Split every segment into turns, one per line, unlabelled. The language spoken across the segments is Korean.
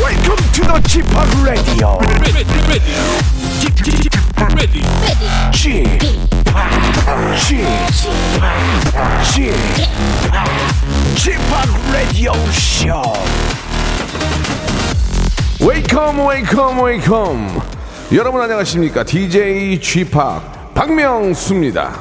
welcome to the Chip Radio.
ready, ready, ready, ready.
Chip, Chip, Chip, Chip Radio Show.
웨이컴 웨이컴 웨이컴 여러분 안녕하십니까 DJ g p 박명수입니다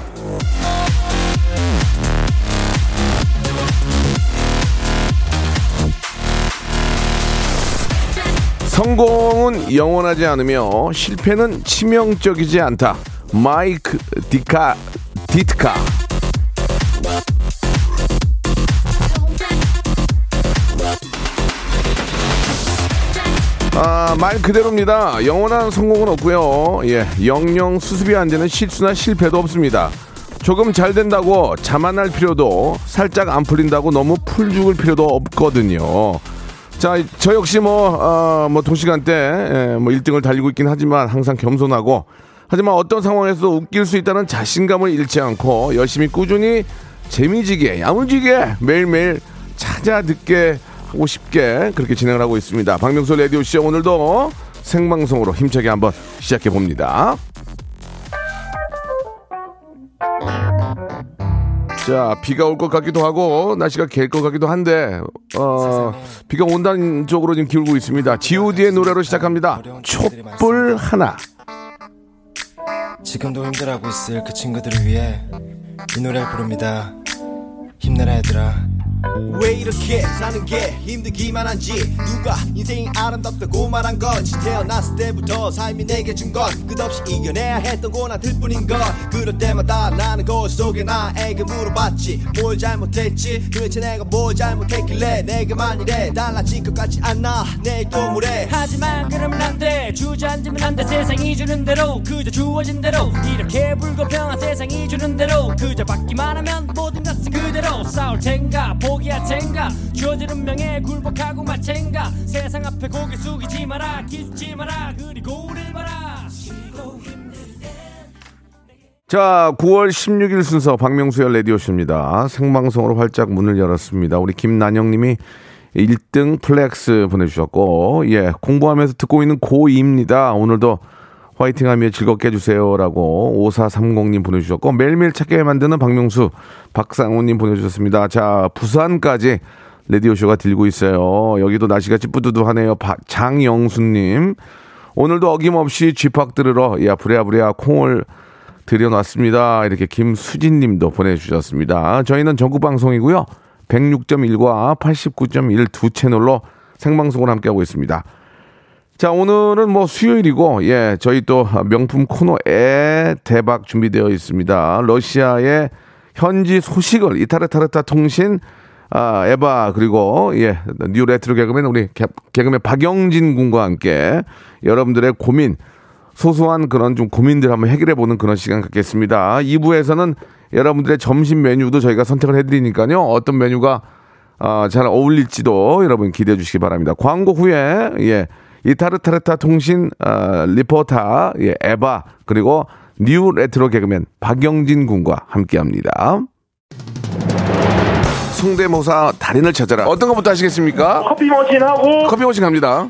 성공은 영원하지 않으며 실패는 치명적이지 않다 마이크 디카 디트카 아, 말 그대로입니다. 영원한 성공은 없고요. 예, 영영 수습이 안 되는 실수나 실패도 없습니다. 조금 잘 된다고 자만할 필요도 살짝 안 풀린다고 너무 풀 죽을 필요도 없거든요. 자, 저 역시 뭐, 어, 뭐 동시간대 예, 뭐 1등을 달리고 있긴 하지만 항상 겸손하고 하지만 어떤 상황에서 웃길 수 있다는 자신감을 잃지 않고 열심히 꾸준히 재미지게 야무지게 매일매일 찾아 듣게 하고 싶게 그렇게 진행을 하고 있습니다. 박명수 라디오 쇼 오늘도 생방송으로 힘차게 한번 시작해 봅니다. 자 비가 올 것 같기도 하고 날씨가 갤 것 같기도 한데 어, 비가 온다는 쪽으로 지금 기울고 있습니다. G.O.D의 의 노래로 시작합니다. 촛불 하나.
지금도 힘들어하고 있을 그 친구들을 위해 이 노래 부릅니다 힘내라 얘들아
왜 이렇게 사는 게 힘들기만 한지 누가 인생이 아름답다고 말한 건지 태어났을 때부터 삶이 내게 준 건 끝없이 이겨내야 했던 고난들 뿐인 걸 그럴 때마다 나는 거울 속에 나에게 물어봤지 뭘 잘못했지 도대체 내가 뭘 잘못했길래 내게만 이래 달라질 것 같지 않아 내일도 모래
하지만 그러면 안돼 주저앉으면 안돼 세상이 주는 대로 그저 주어진 대로 이렇게 불공평한 세상이 주는 대로 그저 받기만 하면 모든 것은 그대로 싸울 텐가 포기할 텐가 주어진 운명에 굴복하고 마챈가 세상 앞에 고개 숙이지 마라 기죽지 마라 그리고 우릴 봐라
자, 9월 16일 순서 박명수의 라디오쇼입니다. 생방송으로 활짝 문을 열었습니다. 우리 김난영님이 1등 플렉스 보내주셨고, 예, 공부하면서 듣고 있는 고2입니다. 오늘도 화이팅하며 즐겁게 해주세요라고 5430님 보내주셨고, 매일매일 찾게 만드는 박명수 박상호님 보내주셨습니다. 자, 부산까지 라디오쇼가 들고 있어요. 여기도 날씨가 찌뿌두두하네요. 바- 장영수님. 오늘도 어김없이 쥐팍 들으러 야 부랴부랴 콩을 들여놨습니다. 이렇게 김수진님도 보내주셨습니다. 저희는 전국 방송이고요. 106.1과 89.1 두 채널로 생방송을 함께하고 있습니다. 자 오늘은 뭐 수요일이고 예 저희 또 명품 코너에 대박 준비되어 있습니다. 러시아의 현지 소식을 이타르타르타 통신 아, 에바 그리고 예뉴 레트로 개그맨 우리 개, 개그맨 박영진 군과 함께 여러분들의 고민 소소한 그런 좀 고민들 한번 해결해 보는 그런 시간 갖겠습니다. 2부에서는 여러분들의 점심 메뉴도 저희가 선택을 해드리니까요. 어떤 메뉴가 아, 잘 어울릴지도 여러분 기대해 주시기 바랍니다. 광고 후에 예, 이타르타르타 통신 아, 리포터 예, 에바 그리고 뉴 레트로 개그맨 박영진 군과 함께합니다. 성대모사 달인을 찾아라. 어떤 것부터 하시겠습니까?
커피 머신하고
커피 머신 갑니다.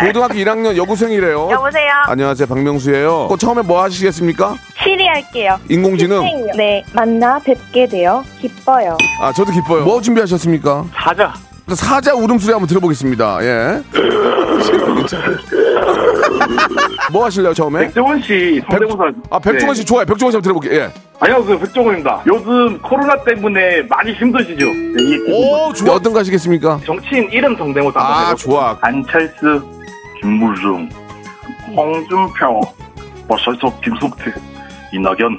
고등학교 1학년 여고생이래요.
여보세요.
안녕하세요, 박명수예요. 어, 처음에 뭐 하시겠습니까?
시리 할게요.
인공지능.
선생님. 네, 만나 뵙게 되어 기뻐요.
아, 저도 기뻐요. 뭐 준비하셨습니까?
사자.
사자 울음소리 한번 들어보겠습니다. 예. 뭐 하실래요, 처음에?
백종원 씨 성대모사.
아, 백종원 씨
네.
좋아요. 백종원 씨 한번 들어볼게요. 예.
안녕하세요, 백종원입니다. 요즘 코로나 때문에 많이 힘드시죠? 네, 이게
오, 좋아. 어떤 거 하시겠습니까?
정치인 이름 성대모사. 한번
아,
해볼게요.
좋아.
안철수, 김무중, 홍준표, 버설석, 김성태, 이낙연.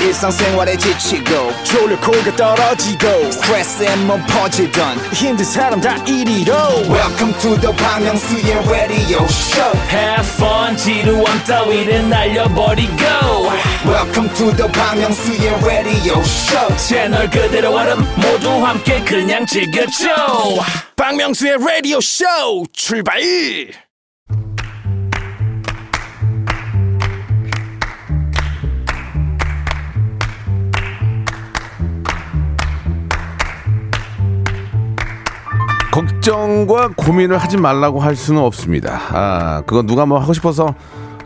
일상생활에 지치고, 졸려 코가 떨어지고, 스트레스에 몸 퍼지던, 힘든 사람 다 이리로. welcome to the Bang Myung-soo's radio show
Have fun 지루함 따위를 날려버리고
welcome to the Bang Myung-soo's radio show
채널 그대로 얼음 모두 함께 그냥 즐겨줘
박명수의 라디오 쇼 출발!
걱정과 고민을 하지 말라고 할 수는 없습니다. 아, 그거 누가 뭐 하고 싶어서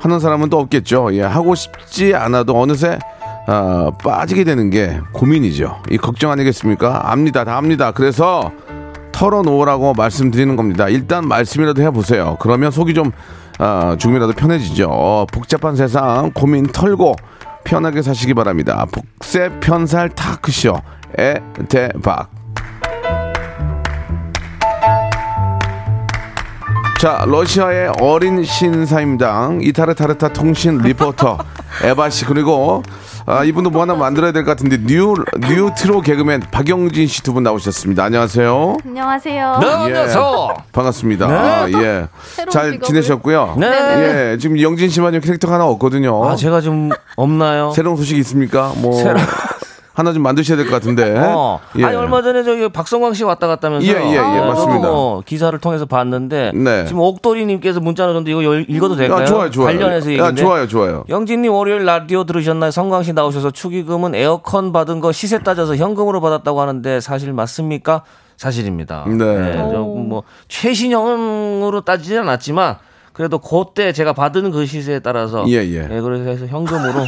하는 사람은 또 없겠죠. 예, 하고 싶지 않아도 어느새 아, 빠지게 되는 게 고민이죠. 이 걱정 아니겠습니까? 압니다. 다 압니다. 그래서 털어놓으라고 말씀드리는 겁니다. 일단 말씀이라도 해보세요. 그러면 속이 좀 아, 조금이라도 편해지죠. 어, 복잡한 세상 고민 털고 편하게 사시기 바랍니다. 복세 편살 타크쇼 에 대박. 자, 러시아의 어린 신사임당 이타르타르타 통신 리포터 에바 씨 그리고 아, 이분도 뭐 하나 만들어야 될 것 같은데 뉴 뉴트로 개그맨 박영진 씨 두 분 나오셨습니다. 안녕하세요.
안녕하세요.
네,
안녕하세요. 반갑습니다. 아, 예.
새로운
잘
직업을.
지내셨고요.
네네.
예. 지금 영진 씨만요 캐릭터가 하나 없거든요.
아, 제가 좀 없나요?
새로운 소식 있습니까? 뭐
새로-
하나 좀 만드셔야 될 것 같은데.
어.
예.
아니 얼마 전에 저기 박성광 씨 왔다 갔다면서
예, 예, 예, 맞습니다.
뭐 기사를 통해서 봤는데
네.
지금 옥돌이님께서 문자 넣었는데 이거 열- 읽어도 될까요?
아, 좋아요, 좋아요.
관련해서
아,
얘기인데
좋아요, 좋아요.
영진님 월요일 라디오 들으셨나요? 성광 씨 나오셔서 축의금은 에어컨 받은 거 시세 따져서 현금으로 받았다고 하는데 사실 맞습니까? 사실입니다.
네.
조금 뭐 최신형으로 따지진 않았지만 그래도 그때 제가 받은 그 시세에 따라서 네,
예, 예.
그래서 해서 현금으로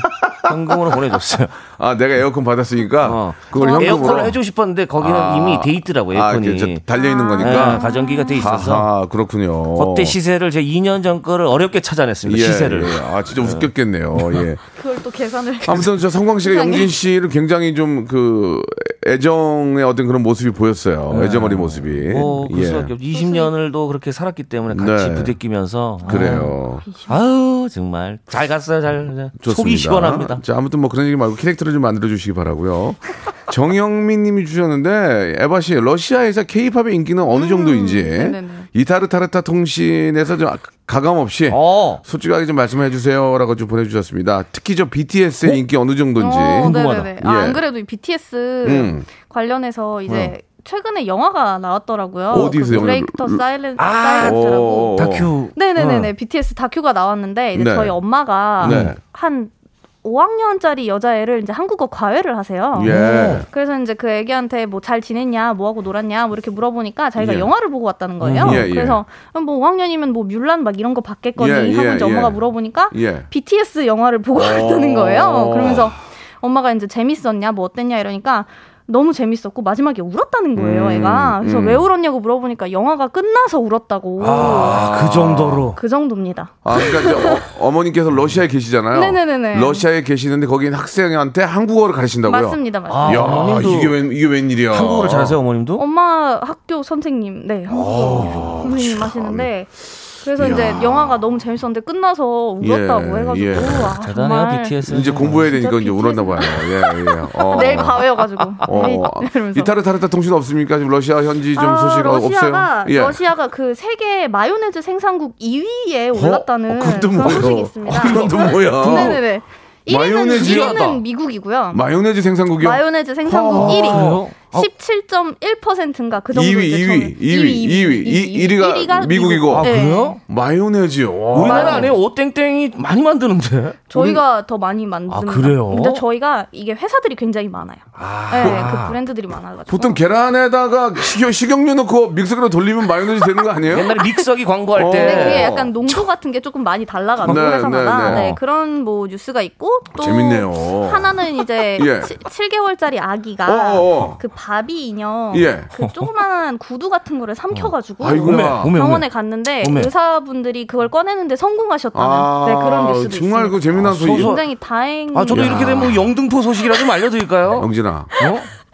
현금으로 보내줬어요.
아, 내가 에어컨 받았으니까 그걸 현금으로
에어컨을 해주고 싶었는데 거기는
아.
이미 돼 있더라고요
아,
에어컨이
이렇게 저 달려있는 거니까?
네, 가전기가 돼 있어서
아, 그렇군요.
그때 시세를 제 2년 전 거를 어렵게 찾아냈습니다
예,
시세를
예. 아, 진짜 웃겼겠네요. 예.
그걸 또 계산을.
아무튼 저 성광 씨가
세상에.
영진 씨를 굉장히 좀 그 애정의 어떤 그런 모습이 보였어요. 애정 어린 모습이.
네.
예.
어, 그 수밖에 없죠. 20년을도 그렇게 살았기 때문에 같이
네.
부대끼면서
그래요.
아유 정말 잘 갔어요 잘, 잘. 속이 시원합니다
자, 아무튼 뭐 그런 얘기 말고 캐릭터를 좀 만들어 주시기 바라고요. 정영민 님이 주셨는데 에바 씨 러시아에서 케이팝의 인기는 어느 정도인지
음, 네네네.
이타르타르타 통신에서 좀 아, 가감 없이
어,
어,
솔직하게 좀 말씀해 주세요라고 좀 보내 주셨습니다. 특히 저 BTS의 인기 어느 정도인지
네? 어, 네네네. 아,
예.
안 그래도 이 BTS
음.
관련해서 이제
네.
최근에 영화가 나왔더라고요.
어디에서
그
영화를- 음. 아.
브레이크 더 사일런 사일런스라고.
어,
오.
네.
어.
네네네네. BTS 다큐가 나왔는데 이제
네.
저희 엄마가
네.
한 5학년짜리 여자애를 이제 한국어 과외를 하세요.
예.
그래서 이제 그 애기한테 뭐 잘 지냈냐, 뭐 하고 놀았냐, 뭐 이렇게 물어보니까 자기가
예.
영화를 보고 왔다는 거예요.
음. 예, 예.
어. 그래서 뭐 5학년이면 뭐 뮬란 막 이런 거 봤겠거니
예,
하고
예,
이제
예.
엄마가 물어보니까
예.
BTS 영화를 보고
어.
왔다는 거예요. 그러면서 엄마가 이제 재밌었냐, 뭐 어땠냐 이러니까 너무 재밌었고 마지막에 울었다는 거예요,
음,
애가. 그래서
음.
왜 울었냐고 물어보니까 영화가 끝나서 울었다고.
아,
그 정도로.
그 정도입니다.
아, 그러니까 이제 어, 머님께서 러시아에 계시잖아요.
네네네네.
러시아에 계시는데 거긴 학생한테 한국어를 가르친다고요?
맞습니다, 맞습니다.
야,
어머님도
이게 웬 이게 웬일이야?
한국어를 잘하세요 어머님도?
엄마 학교 선생님, 네,
아,
한국어 선생님 하시는데 그래서 이제 영화가 너무 재밌었는데 끝나서 울었다고
예,
해가지고
예.
아, 정말 아,
이제 공부해야 되니까 이제 울었나 봐요. 예, 예. 어.
내일 과외여가지고
어. 이타르타르타 통신 없습니까? 지금 러시아 현지 좀 소식
러시아가,
없어요? 예.
러시아가 그 세계 마요네즈 생산국 2위에 올랐다는
어? 그것도
어, 그런
뭐예요? 아,
소식이 있습니다. 어,
그것도 뭐야?
네네네. 1위는,
마요네즈야.
1위는 미국이고요.
마요네즈 생산국이요?
마요네즈 생산국
아,
1위.
그래요?
17.1%인가 그 정도
2위,
이제
2위,
저는-
2위, 2위, 2위, 1위가, 미국이고.
네.
마요네즈요. 와.
우리나라 안에 어, 오땡땡이 많이 만드는데
저희가 더 많이 만듭니다.
아, 그래요?
근데 저희가 이게 회사들이 굉장히 많아요. 네,
그-
그 브랜드들이 많아가지고.
보통 계란에다가 식용, 식용유 넣고 믹서기로 돌리면 마요네즈 되는 거 아니에요?
옛날에 믹서기 광고할
어.
근데 그게 약간 농도 같은 게 조금 많이 달라가지고
네, 네,
회사마다
네.
네, 그런 뭐 뉴스가 있고 또
재밌네요.
하나는 이제
예.
7, 개월짜리 아기가
어, 어, 어.
그 바비 인형
예. 어.
그 조그만한 구두 같은 거를 삼켜가지고
아이고야. 오메, 오메,
병원에
오메.
갔는데
오메.
의사분들이 그걸 꺼내는데 성공하셨다는
아,
네, 그런 뉴스도
정말
있습니다.
그 재미난 소식.
굉장히 다행.
뭐 아 저도 이렇게 되면 영등포 소식이라 좀 알려드릴까요?
영진아.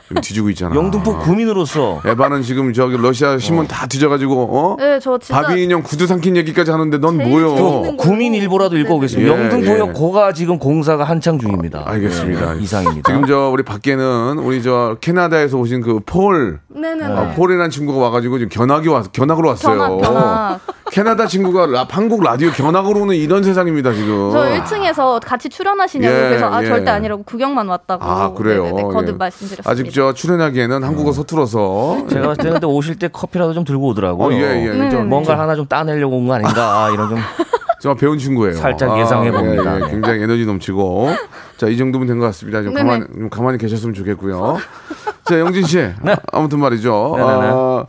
지금 뒤지고 있잖아.
영등포 구민으로서 어.
에바는 지금 저기 러시아 신문 다 뒤져가지고 어?
네, 저 진짜
바비 인형 구두 삼킨 얘기까지 하는데 넌 뭐요?
구민일보라도 읽어보겠습니다.
어. 예,
영등포역
예. 아,
고가 지금 공사가 한창 중입니다.
알겠습니다.
예, 이상입니다.
지금 저 우리 밖에는 우리 저 캐나다에서 오신 그 폴
네네네.
아, 폴이라는 친구가 와가지고 지금 견학이 왔 견학으로 왔어요.
견학, 견학.
캐나다 친구가 라- 한국 라디오 견학으로 오는 이런 세상입니다 지금.
저 1층에서 같이 출연하시냐고
어. 예,
그래서 아
예.
절대 아니라고 구경만 왔다고
아 그래요.
네네네, 거듭
예.
말씀드렸습니다.
아직 저 출연하기에는
음.
한국어 서툴어서
제가 봤을 때 근데 오실 때 커피라도 좀 들고 오더라고요.
어, 예, 예.
음.
네, 좀-
뭔가 하나 좀 따내려고 온 거 아닌가 아, 이런 좀
저 배운 친구예요.
살짝
아,
예상해 봅니다.
예, 예. 굉장히 에너지 넘치고 자 이 정도면 된 것 같습니다. 좀
네네.
가만 좀 가만히 계셨으면 좋겠고요. 자 영진 씨 아무튼 말이죠.
네. 네네네.
아,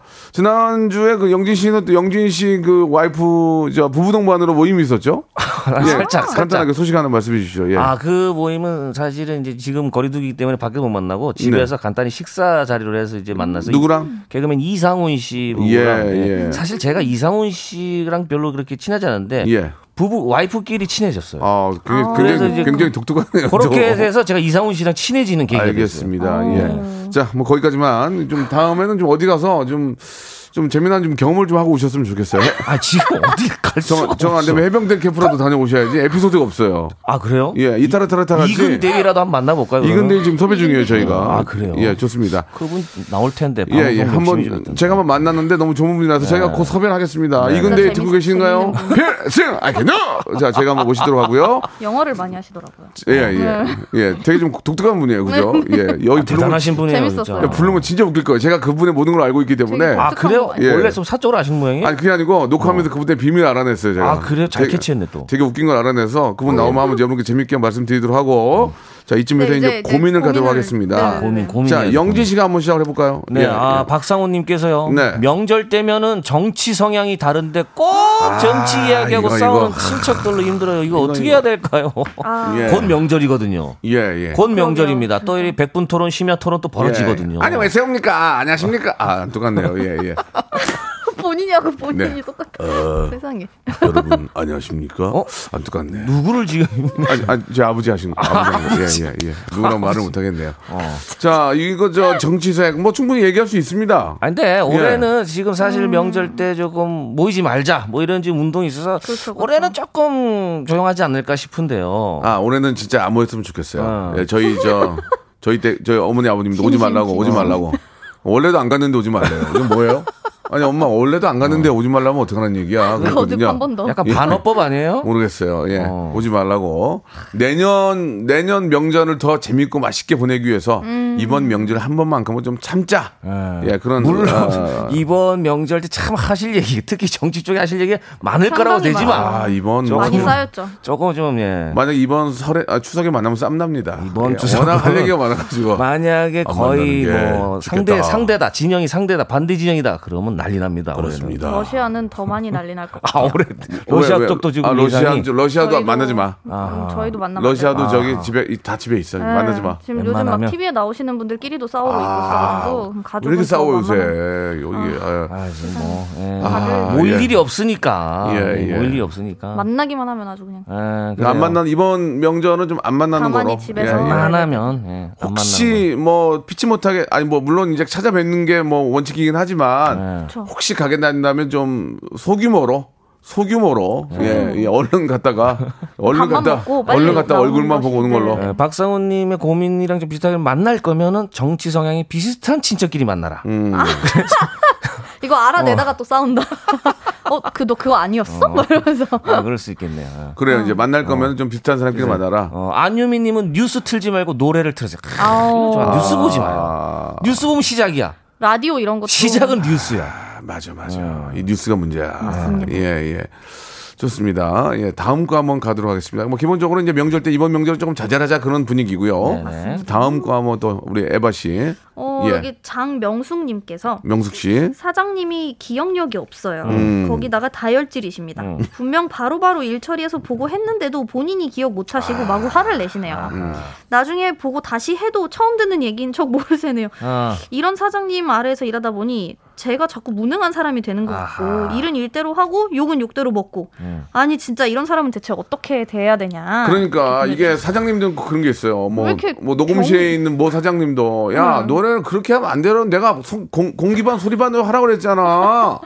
지난주에 그 영진 씨는 또 영진 씨 그 와이프 저 부부 동반으로 모임이 있었죠? 예,
살짝, 살짝.
간단하게 소식 하나 말씀해 주시죠. 예.
아 그 모임은 사실은 이제 지금 거리두기 때문에 밖에 못 만나고 집에서 간단히 식사 자리로 해서 이제 만나서
네. 누구랑?
이- 개그맨 이상훈 씨 부부랑
예,
예.
예.
사실 제가 이상훈 씨랑 별로 그렇게 친하지 않은데
예.
부부 와이프끼리 친해졌어요.
아, 그게
네. 아. 그래서
굉장히,
이제
굉장히 독특하네요.
그렇게
또.
해서 아. 제가 이상훈 씨랑 친해지는 계기가
어. 알겠습니다.
됐어요.
예. 자, 뭐 거기까지만 좀 다음에는 좀 어디 가서 좀. 좀 재미난 좀 경험을 좀 하고 오셨으면 좋겠어요.
아 지금 어디 갈 수가
정, 정 안 되면 해병대 캠프라도 다녀오셔야지 에피소드가 없어요.
아 그래요?
예, 이타르타르타 같이
이근 대위라도 한번 만나볼까요? 그러면?
이근대위 지금 섭외 중이에요 저희가.
아, 그래요?
예, 좋습니다.
그분 나올 텐데.
예, 예,
방송 욕심이
한번
좀-
제가만 만났는데 너무 좋은 분이라서 제가 곧 섭외를 하겠습니다.
네.
이근대위
재밌-
듣고 계신가요? 필승 아이 노. 자, 제가 한번 모시도록 하고요.
영어를 많이 하시더라고요.
예, 예, 예. 되게 좀 독특한 분이에요, 그죠? 예, 여기 부르면
대단하신 분이에요.
재밌었어요.
진짜.
부르면 진짜 웃길 거예요. 제가 그분의 모든 걸 알고 있기 때문에.
아 그래요?
예.
원래 좀 사적으로 아신 모양이에요?
아니 그게 아니고 녹화하면서 그분 때 비밀 알아냈어요 제가.
아, 그래요? 잘
되게-
캐치했네, 또.
되게 웃긴 걸 알아내서 그분 나오면 한번 여러분께 재밌게 말씀드리도록 하고 자 이쯤에서
네,
이제,
이제- 이제
고민을 가도록
고민을-
하겠습니다.
네,
음. 아, 고민 고민.
자 영진 씨가 한번 시작을 해볼까요?
네,
예,
아
예.
박상호님께서요.
네.
명절 때면은 정치 성향이 다른데 꼭 정치 이야기하고
아, 이거,
싸우는
이거.
친척들로 힘들어요. 이거, 어떻게 해야 될까요?
아.
예.
곧 명절이거든요.
예 예.
곧 명절입니다. 또 이 백분 토론, 심야 토론 또 벌어지거든요.
예. 아니 왜 세웁니까? 안녕하십니까? 아 안 똑같네요. 예 예.
본인이하고 본인이
네.
똑같아. 세상에.
여러분 안녕하십니까? 어? 안 똑같네.
누구를 지금
아니, 아니, 제 아버지 하신 거. 아버지 하신 거. 예, 예, 예. 누구랑 말을 못하겠네요. 자, 이거 저 정치색 뭐 충분히 얘기할 수 있습니다.
아, 근데 올해는
예.
지금 사실
음.
명절 때 조금 모이지 말자 뭐 이런 지금 운동이 있어서
그렇죠,
올해는 조금 조용하지 않을까 싶은데요.
아 올해는 진짜 아무 했으면 좋겠어요.
어. 아.
예, 저희 저 저희 때 저희 어머니 아버님도 오지 말라고 오지 말라고 원래도 안 갔는데 오지 말래요. 이건 뭐예요? 아니 엄마 원래도 안 갔는데 오지 말라면 어떡하는 얘기야?
거듭
그랬거든요.
한 번 더.
약간
예.
반어법 아니에요?
모르겠어요. 예,
어.
오지 말라고 내년 내년 명절을 더 재밌고 맛있게 보내기 위해서 이번 명절 한 번만큼은 좀 참자. 예, 그런
물론
아,
이번 명절 때 참 하실 얘기 특히 정치 쪽에 하실 얘기 많을 거라고
상당히
되지만
많아요.
아 이번
저거
많이
뭐-
쌓였죠.
조금 좀 예.
만약 이번 설에 아, 추석에 만나면 쌈납니다.
이번
예,
추석은-
워낙 할 얘기가 많아가지고
만약에
안
거의
만나는 게
뭐
좋겠다.
상대 상대다 진영이 상대다 반대 진영이다 그러면 난리 납니다. 올해는.
아, 그렇습니다.
러시아는 더 많이 난리 날 것
아
같아요.
올해 러시아
왜, 왜?
쪽도 지금
아, 러시아
예상이
쪽, 러시아도
저희도-
만나지 마.
음, 저희도 만나면
러시아도 저기 집에 이- 다 집에 있어.
안 돼요.
만나지 마. 아.
네, 지금 요즘 막
웬만하면.
TV에 나오시는 분들끼리도 싸우고 있고 싸우고
왜
가족
이렇게 싸워 요새 여기 아,
아, 지금 뭐 예.
네.
아,
모일
예.
일이 없으니까
예, 예.
모일 일이 없으니까.
만나기만 하면 아주 그냥
예,
안
그래요.
만난 이번 명절은 좀 안 만나는
가만히
거로.
집에서
예, 예.
안 하면 예, 안 만나는
혹시 뭐 피치 못하게 아니 뭐 물론 이제 찾아뵙는 게 뭐 원칙이긴
네. 예.
하지만
그쵸.
혹시 가게 된다면 좀 소규모로 소규모로 예, 예, 얼른 갔다가 얼른
음. 밥만
갔다
먹고 빨리
얼른 갔다
나오는
얼굴만
것이,
보고 오는 걸로
네.
예, 박상훈님의 고민이랑 좀 비슷하게 만날 거면은 정치 성향이 비슷한 친척끼리 만나라.
음.
이거 알아내다가 또 싸운다. 어, 그 너 그거 아니었어? 막 이러면서.
아, 그럴 수 있겠네요.
그래요
음.
이제 만날 거면 좀 비슷한 사람끼리 만나라
어, 안유미님은 뉴스 틀지 말고 노래를 틀으세요. 크,
아우.
좋아. 뉴스 보지 마요.
아
뉴스 보면 시작이야.
라디오 이런 것도
시작은 뉴스야.
맞아 맞아 이 뉴스가 문제야 예예 좋습니다 예 다음 거 한번 가도록 하겠습니다 뭐 기본적으로 이제 명절 때 이번 명절은 조금 자잘하자 그런 분위기고요
네네.
다음 거 한번 또 우리 에바 씨
어,
예.
여기 장명숙님께서
명숙 씨
사장님이 기억력이 없어요.
음.
거기다가 다혈질이십니다. 분명 바로바로 일 처리해서 보고 했는데도 본인이 기억 못 하시고
아.
마구 화를 내시네요. 나중에 보고 다시 해도 처음 듣는 얘기인 척 모르세요.
아,
이런 사장님 아래에서 일하다 보니 제가 자꾸 무능한 사람이 되는 것 같고
아하. 음.
일은 일대로 하고 욕은 욕대로 먹고 아니 진짜 이런 사람은 대체 어떻게 대해야 되냐
그러니까 이게 사장님도 그런 게 있어요. 뭐,
아, 왜 이렇게
뭐 녹음실에
경험이-
있는 뭐 사장님도 야
음.
너네는 그렇게 하면 안 되는 내가 소- 공, 공기반 소리반으로 하라고 그랬잖아.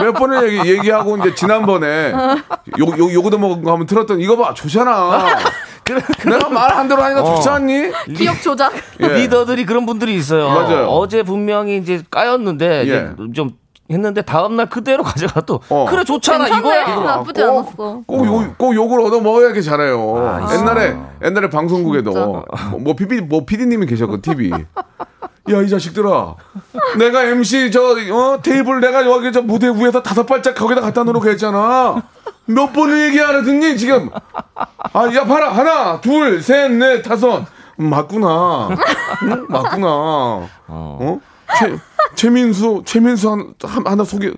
몇 번을 얘기, 얘기하고 이제 지난번에
어.
요, 요, 요거도 먹은 거 하면 들었던 이거 봐 좋잖아. 내가 말한 대로 하니까
어.
좋지 않니?
기억 조작
예.
리더들이 그런 분들이 있어요.
맞아요. 예.
어제 분명히 이제 까였는데 이제 좀 했는데 다음 날 그대로 가져가 또
어.
그래 좋잖아 이거야.
나쁘지 않았어
꼭, 요, 꼭 욕을 얻어 먹어야 이렇게 잘해요. 옛날에, 옛날에 방송국에도 뭐, 뭐, PD, 뭐, PD님이 계셨거든, TV. 야, 이 자식들아. 내가 MC 저, 어, 테이블 내가 여기 저 무대 위에서 다섯 발짝 거기다 갖다 놓으라고 했잖아. 몇 번을 얘기하라 듣니, 지금? 아, 야, 봐라. 하나, 둘, 셋, 넷, 다섯. 음, 맞구나. 응? 맞구나. 어? 최, 최민수, 최민수 한, 한- 하나 소개,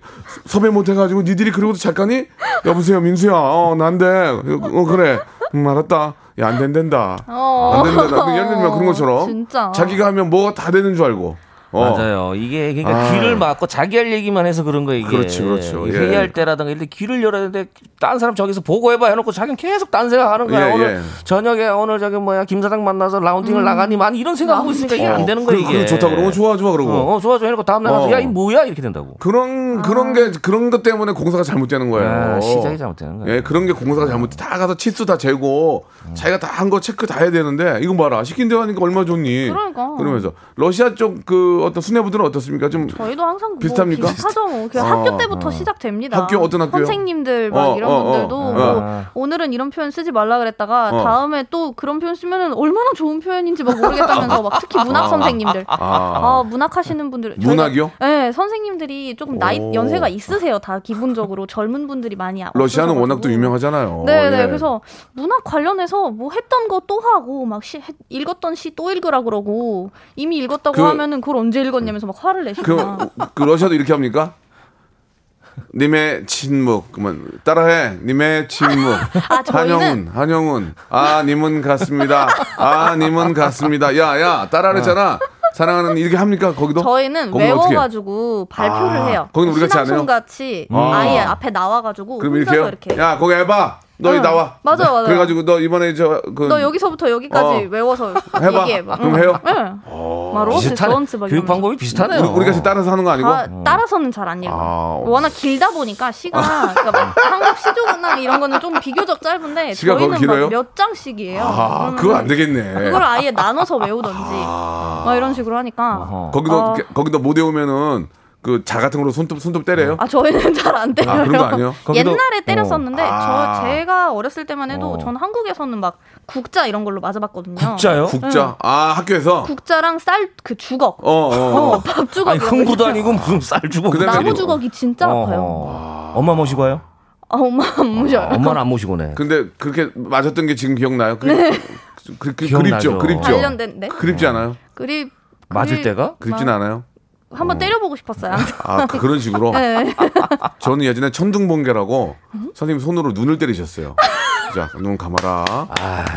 섭외 못 해가지고 니들이 그러고도 작가니? 여보세요, 민수야. 어, 난데. 어, 그래. 음, 알았다. 야, 안 된댄다.
어.
안 된다. 아, 나 예를 들면 그런 것처럼.
진짜.
자기가 하면 뭐가 다 되는 줄 알고. 어.
맞아요. 이게 그러니까
아.
귀를 막고 자기 할 얘기만 해서 그런 거 이게.
그렇죠, 그렇죠.
이
예.
회의할 때라든가 이런 데 귀를 열어야 되는데 딴 사람 저기서 보고해봐 해놓고 자기는 계속 딴 생각하는 거야.
예,
오늘
예.
저녁에 오늘 저기 뭐야 김 사장 만나서 라운딩을
음.
나가니만 이런 생각하고 있으니까 이게 안 되는 거야
어. 그리고-
이게.
그리고 좋다 그러고 좋아 좋아 그러고.
어, 어, 좋아 좋아 해놓고 다음 날 가서
어.
야이 뭐야 이렇게 된다고.
그런 그런 게 그런 것 때문에 공사가 잘못되는 거예요.
아, 시작이 잘못되는 네. 거예요.
예, 그런 게 공사가 잘못. 다 가서 치수 다 재고
음.
자기가 다 한 거 체크 다 해야 되는데 이거 봐라 시킨 대로 하니까 얼마 좋니?
그러니까.
예. 어. 그러면서 러시아 쪽 그 어떤 수뇌부들은 어떻습니까? 좀
저희도 항상 뭐
비슷합니까?
비슷하죠 뭐 그냥
어,
학교 때부터
어.
시작됩니다
학교 어떤 학교요?
선생님들 막
어,
이런
어, 어.
분들도
어.
뭐 오늘은 이런 표현 쓰지 말라 그랬다가
어.
다음에 또 그런 표현 쓰면은 얼마나 좋은 표현인지 막 모르겠다면서 막 특히 문학
아.
선생님들 아,
아.
문학 하시는 분들 저희가-
문학이요?
네 선생님들이 조금 나이
오.
연세가 있으세요 다 기본적으로 젊은 분들이 많이
러시아는
없으셔가지고.
워낙 또 유명하잖아요.
네네
예.
그래서 문학 관련해서 뭐 했던 거 또 하고 막 시, 했- 읽었던 시 또 읽으라 그러고 이미 읽었다고
그-
하면은 그걸 언제 읽었냐면서 막 화를
그,
내시나
그 러시아도 이렇게 합니까? 님의 침묵 그만 따라해 님의 침묵
아, 저희는-
한영훈 한영훈 아 님은 갔습니다 아 님은 갔습니다 야야 따라하랬잖아 사랑하는 이렇게 합니까 거기도
저희는
거기는 어떻게 해?
외워가지고 발표를
아,
해요.
거긴 우리 같이 안 해요?
같이
아.
아예 앞에 나와가지고
그럼
혼자서
이렇게요
이렇게.
야 거기 해봐 너희
응.
나와
맞아요, 맞아요.
그래가지고 너 이번에 저그
너 여기서부터 여기까지
어.
외워서
해봐.
얘기해봐.
그럼 해요?
네. 마로스 전스 막 이런.
어, 방법이 비슷하네요.
우리, 우리 같이 따라서 하는 거 아니고
다 따라서는 잘 안 읽어.
아.
요 워낙 길다 보니까 시가 그러니까 막 한국 시조나 이런 거는 좀 비교적 짧은데
시가 거기
저희는
길어요?
막 몇 장씩이에요.
아
그러면은
그거 안 되겠네 아.
그걸 아예 나눠서 외우던지 막 이런 식으로 하니까
어.
거기도
아,
거기도 못 외우면은 그 자 같은 걸로 손톱 손톱 때려요
아 저희는 잘 안 때려요.
아, 그런 거 아니에요? 거기도-
옛날에 때렸었는데
어. 아.
저 제가 어렸을 때만 해도
어.
전 한국에서는 막 국자 이런 걸로 맞아봤거든요.
국자.
응.
아 학교에서.
국자랑 쌀 그 주걱.
어, 어.
어, 밥 주걱.
아니 흥부도 아니고 무슨 쌀 주고
어. 나무 주걱이 진짜 아파요.
엄마 모시고 와요?
아, 엄마 안 무셔요.
엄마는 안 모시고네.
근데 그렇게 맞았던 게 지금 기억나요? 그,
네.
그, 그, 그립죠.
기억나죠.
그립죠.
관련된- 어. 네?
그립지 않아요?
그립
맞을
때가?
그립진 않아요.
한번 때려보고 싶었어요.
아 그- 그런 식으로.
네. 음?
저는 예전에 천둥번개라고 선생님 손으로 눈을 때리셨어요. 자, 눈 감아라.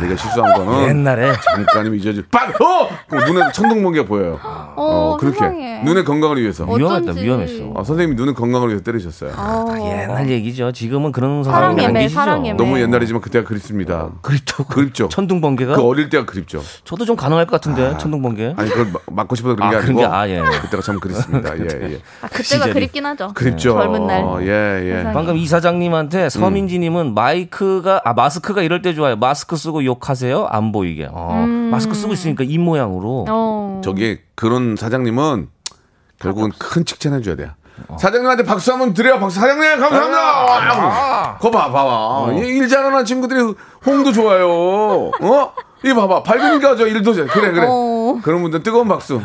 내가 실수한 거는
옛날에
잠깐이면 잊어질. 빵! 어! 그럼 눈에 천둥번개가 보여요.
어,
그렇게
세상에.
눈의 건강을 위해서.
위험했다, 어쩐지. 위험했어.
아, 선생님이 눈의 건강을 위해서 때리셨어요.
어.
옛날 얘기죠. 지금은 그런
사랑
상황이
예매,
안 계시죠.
사랑 예매.
너무 옛날이지만 그때가 그립습니다.
어.
그립죠.
그립죠.
천둥번개가?
그 어릴 때가 그립죠.
저도 좀 가능할 것 같은데 천둥번개.
아니 그걸 막- 막고 싶어서 그런 게
아,
아, 니
그런
고
게- 아, 예.
그때가 참 그립습니다. 예, 예.
아, 그때가
시절이.
그립긴 하죠.
그립죠.
젊은 날.
어, 예, 예.
세상에.
방금
음.
이사장님한테 서민지님은 마이크가 아 마스크가 이럴 때 좋아요. 마스크 쓰고 욕하세요. 안 보이게. 어,
음.
마스크 쓰고 있으니까 입 모양으로.
어.
저기 그런 사장님은 결국은 큰 칭찬해 줘야 돼요. 사장님한테 박수 한번 드려요. 박수 사장님
아,
감사합니다. 거 봐, 봐봐.
어.
이- 일 잘하는 친구들이 홍도 좋아요. 어? 이 봐봐. 밝으니까 저 일도 잘. 그래, 그래.
어.
그런 분들 뜨거운 박수.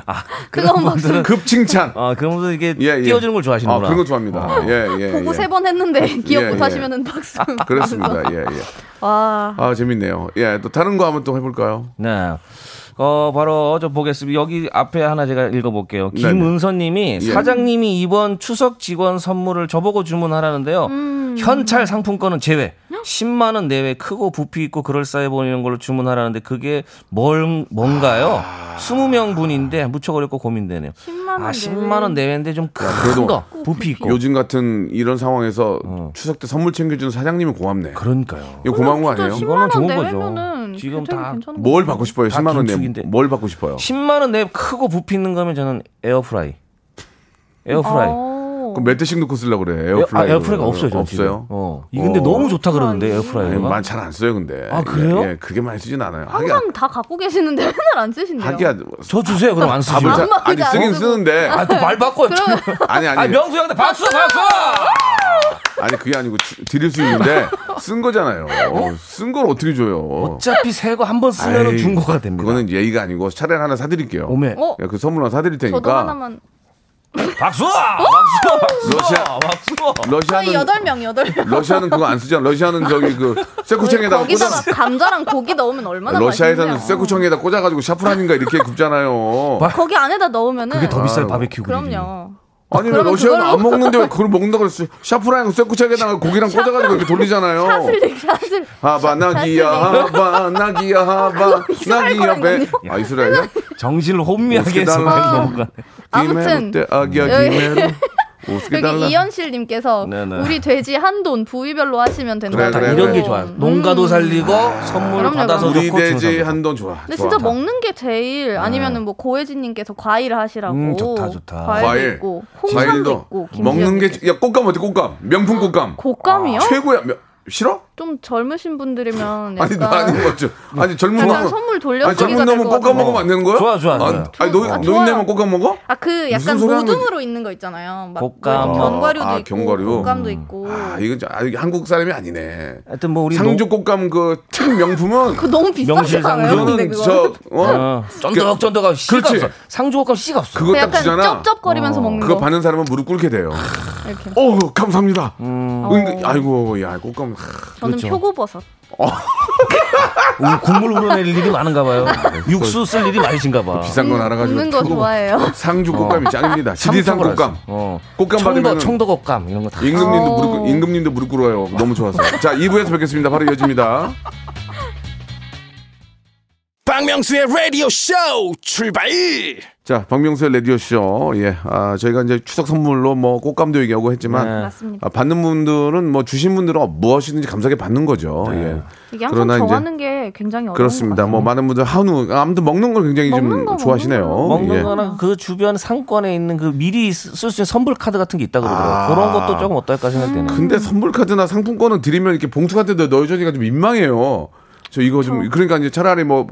뜨거운 박수.
급 칭찬.
아, 그런 분들 이게
예, 예.
아, 띄워주는 걸 좋아하시는구나. 어.
아, 그런 거 좋아합니다. 예, 예.
보고
예.
세 번 했는데 기억
예,
못
예.
하시면은 박수.
그렇습니다. 예, 예.
와.
아, 재밌네요. 예, 또 다른 거 한번 또 해볼까요?
네. 어, 바로 좀 보겠습니다. 여기 앞에 하나 제가 읽어볼게요.
네네. 예.
김은선님이
음.
음.
음.
사장님이 이번 추석 직원 선물을 저보고 주문하라는데요. 현찰 상품권은 제외. 10만 원 내외 크고 부피 있고 그럴싸해 보이는 걸로 주문하라는데 그게 뭘 뭔가요?
아.
20명 분인데 무척 어렵고 고민되네요. 10만 원 아, 10만 원 내외인데 좀 큰 거 부피 있고.
요즘 같은 이런 상황에서 추석 때 선물 챙겨주는 사장님이 고맙네.
어. 그러니까요.
이거 고마운 거 아니에요?
이거는 좋은 거죠.
지금 다
뭘 받고 싶어요?
다
10만 원
긴축인데.
내. 뭘 받고 싶어요?
10만 원 내외 크고 부피 있는 거면 저는 에어프라이. 에어프라이.
그럼 몇 대씩 넣고 쓰려고 그래?
아,
에어프라이.
에어프라이가 없어요, 저는 지금.
없어요?
어. 이 근데 너무 좋다 그러는데, 에어프라이가.
만잘안 써요, 근데.
아, 그래요?
예, 예, 그게 많이 쓰진 않아요. 하기야,
항상 다 갖고 계시는데 맨날 안 쓰신대요.
하기야.
저 주세요. 그럼 안 쓰죠.
답을 잘-
안
아니
먹이지, 안
쓰긴
쓰고.
쓰는데.
아, 또 말 바꿔.
아니 아니.
아, 명수 형한테 박수, 박수!
어. 아니 그게 아니고 주- 드릴 수 있는데 쓴 거잖아요. 쓴 걸 어떻게 줘요?
어차피 새 거 한 번 쓰면
아이,
준 거가 됩니다.
그거는 예의가 아니고 차량 하나 사드릴게요.
오메.
어?
예, 그 선물 하나 사드릴 테니까.
저도 하나만.
박수! 박수!
러시아,
박수!
저희
러시아는
여덟 명 여덟 명.
러시아는 그거 안 쓰잖아. 러시아는 저기 그 쇠구청에다가
거기다가
꽂아.
감자랑 고기 넣으면 얼마나
러시아에서는
맛있는데요.
쇠구청에다 꽂아가지고 샤프란인가 이렇게 굽잖아요.
거기 안에다 넣으면은
그게 더 비싸요,
아이고.
바베큐 구이.
그럼요.
아니 왜
그러면
러시아는 안
그걸로-
먹는데 왜 그걸 먹는다고 그랬어? 샤프란이랑 쇠구청에다가 고기랑 꽂아가지고 이렇게 돌리잖아요.
샷을 샷을
하바나기야 하바나기야 하바나기야
이스라엘
배.
거라니요.
아 이스라엘?
정신을 혼미하게 해서
달라.
많이 넘어가네.
아무튼
때 아기야
여기-
김해로 우스게 달라.
여기 이현실님께서
네네.
우리 돼지 한 돈 부위별로 하시면 된다.
그래,
다 이런 게 좋아요. 농가도 살리고 선물
그럼요,
받아서
우리
좋고
돼지
주는
한돈 좋아.
근데
좋아.
진짜 먹는 게 제일 아니면은 뭐 고혜진님께서 과일을 하시라고.
네. 음, 좋다, 좋다.
과일도
과일.
있고 홍삼도
과일도
있고 김치도
먹는
있고. 어?
게 야 꽃감 어때 꽃감 명품 꽃감
곶감이요?
최고야 명- 싫어?
좀 젊으신 분들이면
아니 나
약간
아닌 것 같죠.
네.
아니 젊은
약간
놈은-
선물 돌려주기가
아니 젊은
될
놈은
것
꽃감
같아요.
먹으면 안 되는 거야?
좋아, 좋아, 좋아.
아, 아니 노인
아,
노인네만
좋아요.
꽃감 먹어?
아 그 약간
무슨 소리 하는 거지?
모둠으로 있는 거 있잖아요. 막
곶감.
뭐 견과류도
아,
있고
견과류.
곶감도
음.
있고.
아 이건 저- 아, 이게 한국 사람이 아니네.
하여튼 뭐 우리
상주 꽃감 그 특명품은
그거 너무 비싸지
명실상부.
않아요? 근데
그거는
그거.
저
농-
어?
어, 쫀득쫀득하고 씨가
그렇지.
없어. 상주국감 씨가 없어.
그거 딱
약간
주잖아.
어,
쩝쩝거리면서 먹는
그거
거.
받는 사람은 무릎 꿇게 돼요.
이렇게.
어 감사합니다.
음.
은- 아이고 야 꽃감
저는
그렇죠.
표고버섯.
우- 국물 우러낼 일이 많은가 봐요. 육수 쓸 일이 많으신가 봐.
비싼 건 알아가지고
먹는 음, 거
표고-
좋아해요.
상주
어.
꽃감이 짱입니다. 지리산
삼척을
꽃감.
하지. 어.
꽃감
청도,
받으면
청도 꽃감 이런 거 다. 네.
임금님도
어.
무릎 꿇- 임금님도 무릎 꿇어요. 너무 좋아서. 자 2부에서 뵙겠습니다. 바로 이어집니다.
박명수의 라디오 쇼 출발.
자, 박명수의 라디오쇼. 예. 아, 저희가 이제 추석 선물로 뭐 꽃감도 얘기하고 했지만.
네.
맞습니다.
아, 받는 분들은 뭐 주신 분들은 무엇이든지 감사하게 받는 거죠. 예.
이게 항상 정하는 게 굉장히 어려운
그렇습니다.
것 네. 같아요.
뭐 많은 분들 한우 아무튼 먹는 걸 굉장히
먹는
좀
거,
좋아하시네요.
먹는
먹는
예.
거나 그 주변 상권에 있는 그 미리 쓸 수 있는 선불 카드 같은 게 있다 그러더라고요.
아.
그런 것도 조금 어떨까 생각되네요.
근데 선물 카드나 상품권은 드리면 이렇게 봉투 같은데 넣어주니까 좀 민망해요. 저 이거
어.
좀 그러니까 이제 차라리 뭐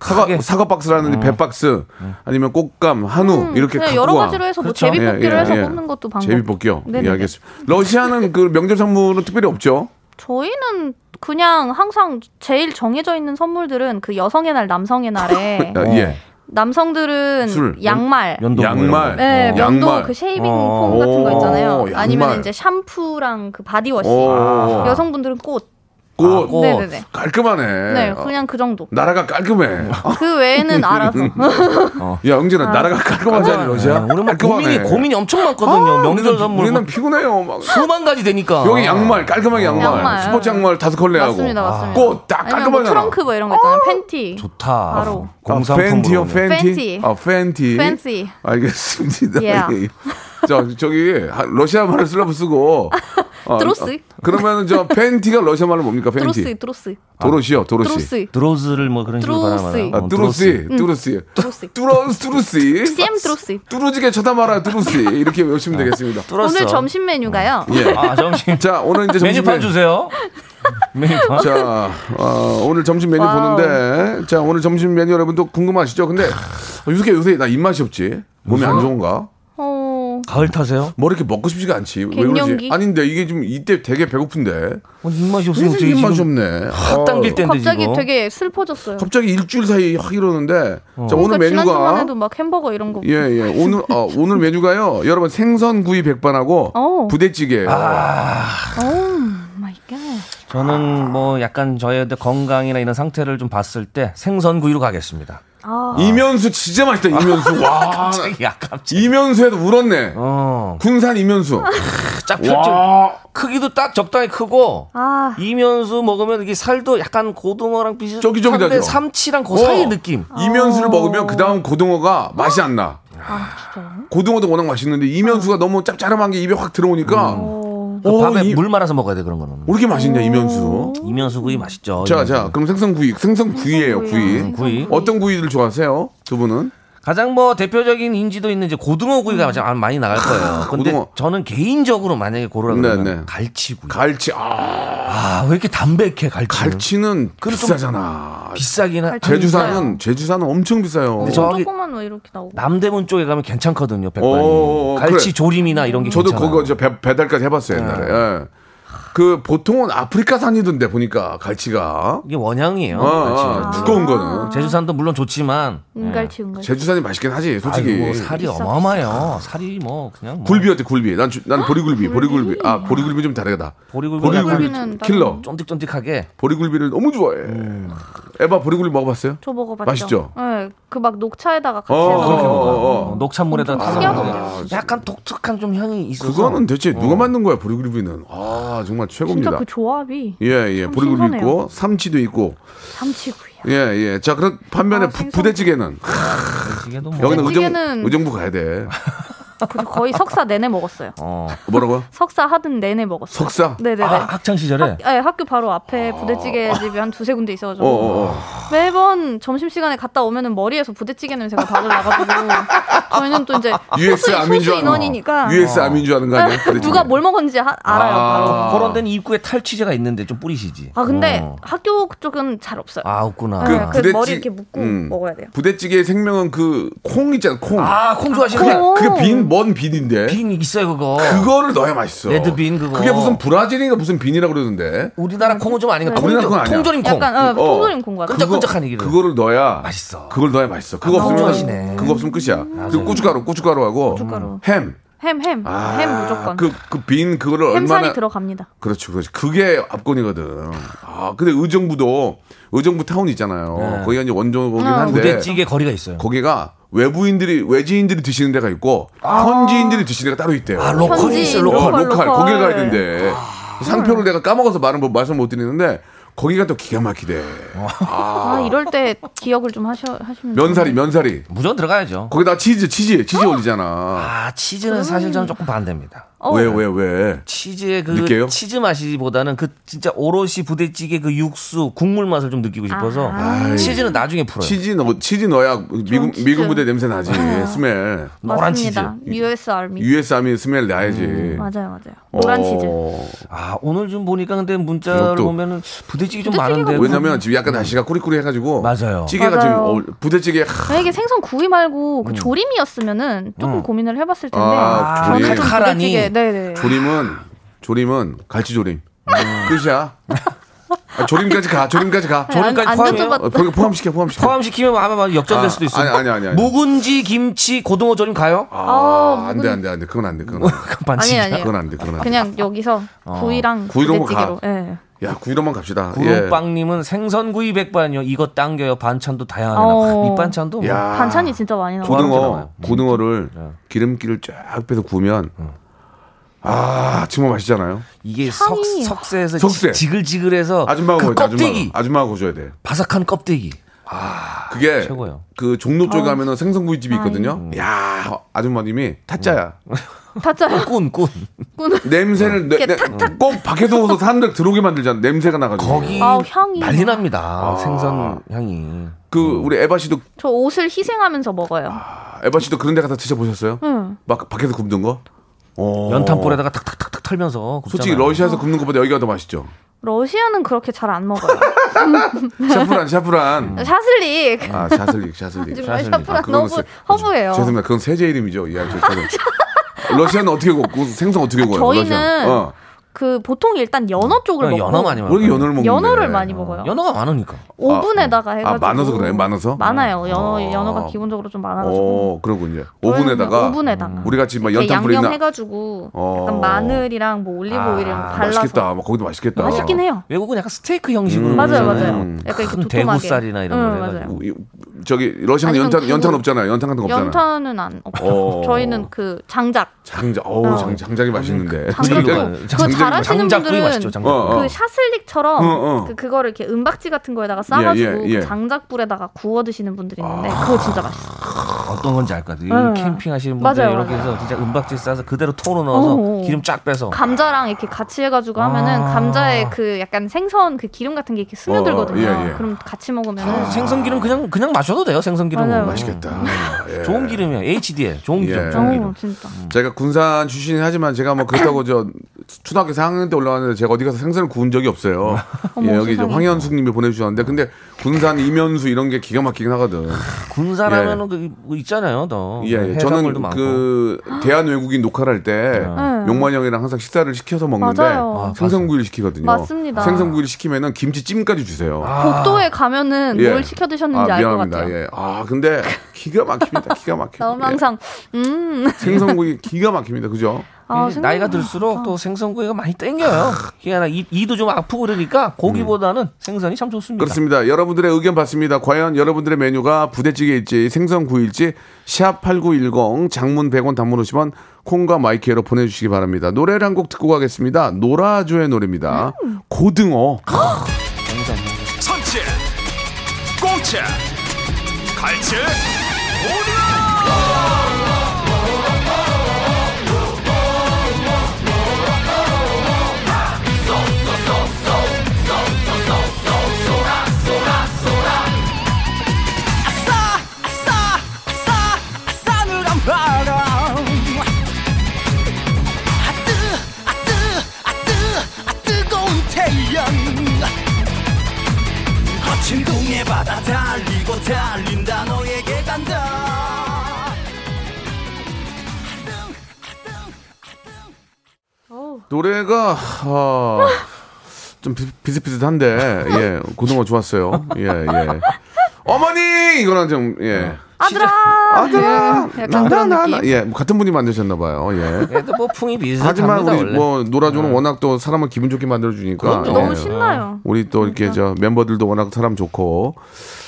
사과
크게. 어.
사과 박스라든지 배 박스 아니면 꽃감 한우
음,
이렇게
음, 그냥
갖고
여러
와.
가지로 해서 뭐
그렇죠.
제비뽑기로
예, 예,
해서
예.
뽑는 것도 방법.
제비뽑기요. 예,
네네네.
알겠습니다. 러시아는 그 명절 선물은 특별히 없죠.
저희는 그냥 항상 제일 정해져 있는 선물들은 그 여성의 날, 남성의 날에
아, 예.
남성들은
술. 네.
양말,
연도 어. 뭐 이런
양말.
거.
네,
어.
면도
양말.
그 쉐이빙
어.
폼 같은 거
오,
있잖아요.
양말.
아니면 이제 샴푸랑 그 바디워시.
오.
여성분들은 꽃.
꽃.
어.
네네네.
깔끔하네.
네, 그냥 그 정도.
나라가 깔끔해. 어.
그 외에는 알아서.
야, 응진아, 나라가 깔끔하지 않니, 러시아?
네, 우리 뭐 고민이
깔끔하네.
고민이 엄청 많거든요.
아,
명절 아.
우리는-
선물 뭐
우리는 피곤해요. 막.
수만 가지 되니까.
여기 양말, 깔끔하게 양말.
양말.
스포츠 양말 다섯 컬레 하고.
맞습니다, 맞습니다.
아, 꽃, 딱
아니면 뭐
깔끔하잖아. 아,
트렁크 뭐 이런 거 있잖아요. 팬티.
좋다.
바로.
팬티요,
공상품으로.
팬티.
팬티.
아, 팬티.
Fancy.
알겠습니다. 예,
Yeah.
저, 저기, 하- 러시아 말을 쓰려면 쓰고. 어,
드로스.
어, 그러면 저 팬티가 러시아 말로 뭡니까, 팬티? 아,
드로스, 드로스.
도로시요, 도로시.
드로스.
드로즈를 뭐 그런 식으로
드로스.
바라봐요.
아, 뚜루시,
음.
뚜루시.
드로스.
뚜러스, 뚜루시.
CM 드로스.
뚜루지게 쳐다봐라, 뚜루시. 이렇게 외우시면 되겠습니다.
뚫었어.
오늘 점심 메뉴가요.
예.
아 점심.
자, 오늘 이제 점심
메뉴판
메뉴.
주세요. 메뉴판.
자, 어, 오늘 점심 메뉴
와우.
보는데, 자, 오늘 점심 메뉴 여러분도 궁금하시죠? 근데, 어, 유숙이 요새 나 입맛이 없지? 몸이 안 좋은가?
어,
가을 타세요?
뭐 이렇게 먹고 싶지가 않지? 왜 그러지?
갱년기?
아닌데, 이게 지금 이때 되게 배고픈데.
어, 입맛이
무슨
없으면 어떻게
입맛이
지금
없네. 어.
확 당길 때인데
어. 갑자기
지금.
되게 슬퍼졌어요.
갑자기 일주일 사이 확 이러는데, 자, 그 오늘
그러니까 지난주만
메뉴가.
해도 막 햄버거 이런 거.
예, 예. 오늘, 어, 오늘 메뉴가요. 여러분,
어.
생선구이 백반하고
오.
아.
부대찌개.
오 마이 갓.
저는 뭐 약간 저의 건강이나 이런 상태를 좀 봤을 때 생선구이로 가겠습니다.
아.
이면수 진짜 맛있다. 이면수
아.
와. 이면수에도 울었네. 군산 이면수.
딱 어, 펼쳐-
와.
크기도 딱 적당히 크고
아.
이면수 먹으면 이게 살도 약간 고등어랑 비슷한데
쫄깃쫄깃하죠.
삼치랑 그 사이 느낌. 어.
이면수를 먹으면 그 다음 고등어가 맛이 안 나.
아, 진짜요?
고등어도 워낙 맛있는데 이면수가 너무 짭짤한 게 입에 확 들어오니까
그 밥에 물 말아서 먹어야 돼 그런 거는.
왜 이렇게 맛있냐 이면수.
이면수 구이 맛있죠.
자, 자, 그럼 생선구이, 생선구이예요, 구이.
구이.
어떤 구이를 좋아하세요? 두 분은?
가장 뭐 대표적인 인지도 있는 이제 고등어 구이가 가장 많이 나갈 거예요. 근데
아, 고등어.
저는 개인적으로 만약에 고르라 그러면
네, 네.
갈치구이.
갈치. 아,
아 왜 이렇게 담백해 갈치는?
갈치는
그래도 좀
비싸잖아.
비싸긴 하.
제주산은 제주산은 엄청 비싸요.
근데 저기
조금만 왜 이렇게 나오고.
남대문 쪽에 가면 괜찮거든요.
어,
백반이. 갈치
그래.
조림이나 이런 게
저도
괜찮아요. 네.
그거 저 배, 배달까지 해봤어요 옛날에. 예. 그 보통은 아프리카산이던데 보니까 갈치가.
이게 원양이에요.
어, 어,
네, 갈치는.
두꺼운 거는.
제주산도 물론 좋지만
음,
네.
은갈치 은갈치.
제주산이 맛있긴 하지 솔직히.
아이고, 뭐 살이 어마어마해요. 살이 뭐 그냥 뭐
굴비 어때 굴비? 난, 주- 난 보리굴비 보리굴비. 아 보리굴비 좀 다르다.
보리굴비
보리굴비
약간
킬러.
쫀득쫀득하게
보리굴비를 너무 좋아해.
음.
에바 보리굴비 먹어봤어요?
저 먹어봤죠.
맛있죠?
네, 그 막 녹차에다가 같이
어,
해서
어, 어, 어, 어.
녹찬물에다 타서
특이하다.
먹으면 약간 독특한 좀 향이 아, 있어서
그거는 대체 누가 만든 거야 보리굴비는? 아 정말 최고입니다.
진짜 그 조합이
예, 예.
참
보리굴비
신선해요.
있고 삼치도 있고.
삼치구이야.
예, 예. 자, 그럼 반면에 부, 부대찌개는
그
이게 또 뭐-
여기는 의정,
아, 부대찌개는-
의정부 가야 돼.
그래서 거의 석사 내내 먹었어요.
어.
뭐라고? 요
석사 하든 내내 먹었어요.
석사?
네. 네네네.
아, 학창 시절에
예, 학교 바로 앞에 부대찌개 집이 한 두세 군데
어,
있어가지고
어, 어.
매번 점심시간에 갔다 오면은 머리에서 부대찌개 냄새가 다들 나가지고 저희는 또 이제
US
소수,
아민 줄
소수
아는
인원이니까
US 아민 줄 아는 거 아니야? 어, 부대찌개.
누가 뭘 먹었는지 하- 알아요 바로.
그런 데는 입구에 탈취제가 있는데 좀 뿌리시지.
아 근데
어.
학교 쪽은 잘 없어요.
아 없구나.
네,
부대찌-
그 머리 이렇게 묶고
음.
먹어야 돼요.
부대찌개의 생명은 그 콩 있잖아, 콩.
아콩 좋아하시는
콩.
요
그게 빈, 먼 빈인데.
빈 있어요 그거.
그거를 넣어야 맛있어.
레드빈 그거.
그게 무슨 브라질인가 무슨 빈이라고 그러던데.
우리나라 콩은 좀 아닌가.
아, 우리나라 콩은 아니야.
통조림 콩.
약간 어,
어.
통조림 콩 같아.
그거- 끈적끈적한 얘기를.
그거를 넣어야
맛있어.
그걸 넣어야 맛있어. 그거
아,
없으면
좋아하시네.
그거 없으면 끝이야. 그
맞아요.
고춧가루, 고춧가루하고
고춧가루.
햄.
햄 햄.
음. 아,
햄 무조건.
그그 빈 그거를
햄살이
얼마나
들어갑니다.
그렇죠, 그렇죠. 그게 압권이거든. 아, 근데 의정부도 의정부 타운 있잖아요.
네.
거기가 이제 원조긴
아.
한데
부대찌개 거리가 있어요.
그 거기가 외부인들이 외지인들이 드시는 데가 있고 현지인들이 드시는 데가 따로 있대요.
아 로컬이
현지
있어요 로컬. 아.
로컬,
로컬
로컬.
거길 가야 된대. 상표를 내가 까먹어서 말은 뭐 말씀 못 드리는데 거기가 또 기가 막히대.
아, 이럴 때 기억을 좀 하셔 하시면
면사리, 면사리.
무조건 들어가야죠.
거기다 치즈, 치즈, 치즈 올리잖아.
아 치즈는
음.
사실 저는 조금 반대입니다.
어.
왜, 왜, 왜?
치즈의 그
느껴요?
치즈 맛이보다는 그 진짜 오롯이 부대찌개 그 육수 국물 맛을 좀 느끼고 싶어서
아이.
치즈는 나중에 풀어요.
치즈 넣, 치즈 넣어야 미군,
치즈.
미군 부대 냄새 나지.
아.
스멜.
노란
맞습니다. US 아미.
US 아미 스멜 나야지.
음, 맞아요, 맞아요. 노란 치즈.
어,
아 오늘 좀 보니까 근데 문자를
이것도.
보면은 부대찌개 좀
부대찌개가
많은데
왜냐면 지금 약간 날씨가 꾸리꾸리해가지고
맞아요.
찌개가 지금
맞아요.
어울- 부대찌개 하-
만약에 생선 구이 말고 그 조림이었으면은 조금 고민을 해봤을 텐데
음. 아,
저는
조림.
가끔
카라니.
부대찌개, 네네
조림은 조림은 갈치조림 끝이야. 아, 조림까지 가. 조림까지 가.
아니, 안-
조림까지
안
포함해요?
여쭤봤-
어, 거기 포함시켜 포함시켜.
포함시키면 아마 막 역전될
아,
수도 있어요.
아니, 아니, 아니, 아니.
묵은지 김치 고등어 조림 가요?
아,
아,
안돼 안돼 안돼 그건 안돼 그건 안돼
반칙.
아니, 아니.
그건 안돼 그건 안돼.
그냥 여기서 구이랑
어. 구이로 뭐
부대찌개로
가.
예.
야 구이로만 갑시다. 예.
구름빵님은 생선구이 백반이요. 이거 당겨요. 반찬도 다양하게
어.
나. 밑반찬도 뭐.
예. 야,
반찬이 진짜 많이 나와요
고등어.
고등어 고등어를 기름기를 쫙 빼서 구우면 아 정말 맛있잖아요.
이게 석,
향이.
석쇠에서
석쇠.
지- 지글지글해서
아줌마가 구워야
그
돼. 아줌마가
껍데기
아줌마가 구워줘야 돼.
바삭한 껍데기.
그게
최고요.
그 종로 쪽에 가면은 생선구이집이 있거든요. 야 어, 아줌마님이 타짜야.
타짜요
꾼 꾼.
냄새를 내,
어. 이렇게
내,
탁탁.
꼭 밖에서 오서 사람들 들어오게 만들잖아. 냄새가 나가지고.
거기
아우, 향이.
난리 납니다.
아.
생선 향이.
그 우리 에바 씨도
저 옷을 희생하면서 먹어요
아, 에바 씨도 그런 데 가서 드셔 보셨어요?
응.
막 밖에서 굽는 거? 어.
연탄불에다가 탁탁탁탁 털면서 굽잖아요.
솔직히 러시아에서 굽는 것보다 여기가 더 맛있죠.
러시아는 그렇게 잘 안 먹어요
샤프란 샤프란.
샤슬릭
아 샤슬릭 샤슬릭.
지금
샤슬릭.
샤프란
아, 그건
너무
세-
허브예요.
죄송합니다. 그건 세제 이름이죠. 예, 죄송합니다. 러시아는 어떻게 굽고 생선 어떻게 구워요?
저희는
러시아. 어.
그 보통 일단 연어 쪽을 먹고
연어 많이 먹어요.
왜 이렇게 아, 연어를 먹는데?
연어를 많이 먹어요.
연어가 많으니까.
오븐에다가 해가지고
아, 많아서 그래요? 많아서?
많아요. 연어
아.
연어가 기본적으로 좀 많아가지고 음,
어, 그러군요. 오븐에다가
오븐에다가
우리 같이 막
이렇게
연탄
양념
뿌리나
해가지고
어.
약간 마늘이랑 뭐 올리브오일이랑
아,
발라서 어,
맛있겠다. 막 거기도 맛있겠다.
맛있긴 해요.
외국은 약간 스테이크 형식으로 뭐
음.
맞아요,
그러잖아요.
맞아요.
음.
약간 이렇게
큰
도톰하게.
대구살이나 이런 걸
응,
해가지고.
맞아요.
이- 저기 러시아는
아니면
연탄 연탄
그거.
없잖아요. 연탄 같은 거 없잖아.
연탄은 안 없죠.
어.
저희는 그 장작.
장작. 어우,
어.
장, 장작이 맛있는데.
장작도 그거 잘하시는
장작구이
분들은
맛있죠, 장작구이.
어, 어.
그 샤슬릭처럼
어, 어.
그 그거를 이렇게 은박지 같은 거에다가 싸가지고
예, 아. 예, 예.
그 장작불에다가 구워 드시는 분들이 있는데 그거 진짜 맛있어. 요
어떤 건지 알 것 같아요.
응.
캠핑하시는 분들
맞아요,
이렇게
맞아요.
해서 진짜 은박지 싸서 그대로 통으로 넣어서
어어.
기름 쫙 빼서.
감자랑 이렇게 같이 해가지고 하면은
아.
감자에 그 약간 생선 그 기름 같은 게 이렇게 스며들거든요.
어, 예, 예.
그럼 같이 먹으면
아, 생선 기름 그냥 그냥 마셔도 돼요. 생선 기름.
맞아요.
맛있겠다.
좋은 기름이야. HDL. 좋은 기름. 좋은 기름.
어, 진짜.
제가 군산 출신이 하지만 제가 뭐 그렇다고 저 초등학교 4학년 때 올라왔는데 제가 어디 가서 생선을 구운 적이 없어요.
어머,
예, 여기 이제
세상에.
황현숙님이 보내주셨는데 근데 군산 이면수 이런 게 기가 막히긴 하거든.
군사라면은 그 있잖아요. 너.
예, 예.
네, 해산물도
저는
많고.
그 대한 외국인 녹화를 할 때
네.
용만 형이랑 항상 식사를 시켜서 먹는데
맞아요.
생선구이를 시키거든요.
맞습니다.
생선구이를 시키면은 김치찜까지 주세요.
아, 복도에 가면은
아, 예.
뭘 시켜 드셨는지
아,
알 것
미안합니다.
같아요.
예. 아, 근데 기가 막힙니다. 기가 막혀.
너무 항상 음.
생선구이 기가 막힙니다. 그죠?
아,
이게 음. 나이가
생각나.
들수록 또 생선구이가 많이 땡겨요. 희한하 이, 이도 좀 아프고 그러니까 고기보다는 생선이 참 좋습니다.
그렇습니다. 여러분들의 의견 받습니다. 과연 여러분들의 메뉴가 부대찌개일지 생선구이일지 샵8910 장문 100원 단문 50원 콩과 마이키에로 보내주시기 바랍니다. 노래를 한 곡 듣고 가겠습니다. 노라조의 노래입니다.
음.
고등어.
선체 꽁채 갈채
아싸 아싸 아싸 아싸늘한 바람 아뜨 아뜨 아뜨 아뜨거운 태양 거친 동해 바다 달리고 달린다 너에게 간다
노래가 아, 좀 비, 비슷비슷한데 예 고등어 좋았어요. 예 예. 어머니 이거랑 좀
네.
예.
아들아.
아들아
예, 약간 그런
나나나
느낌.
예, 뭐 같은 분이 만드셨나 봐요. 예.
얘도 뭐 풍이 비슷합니다.
하지만 우리
원래. 네.
뭐 노라조는 워낙 또 사람을 기분 좋게 만들어 주니까 예.
그럼요. 너무 그러니까.
신나요.
우리 또 이렇게 저 멤버들도 워낙 사람 좋고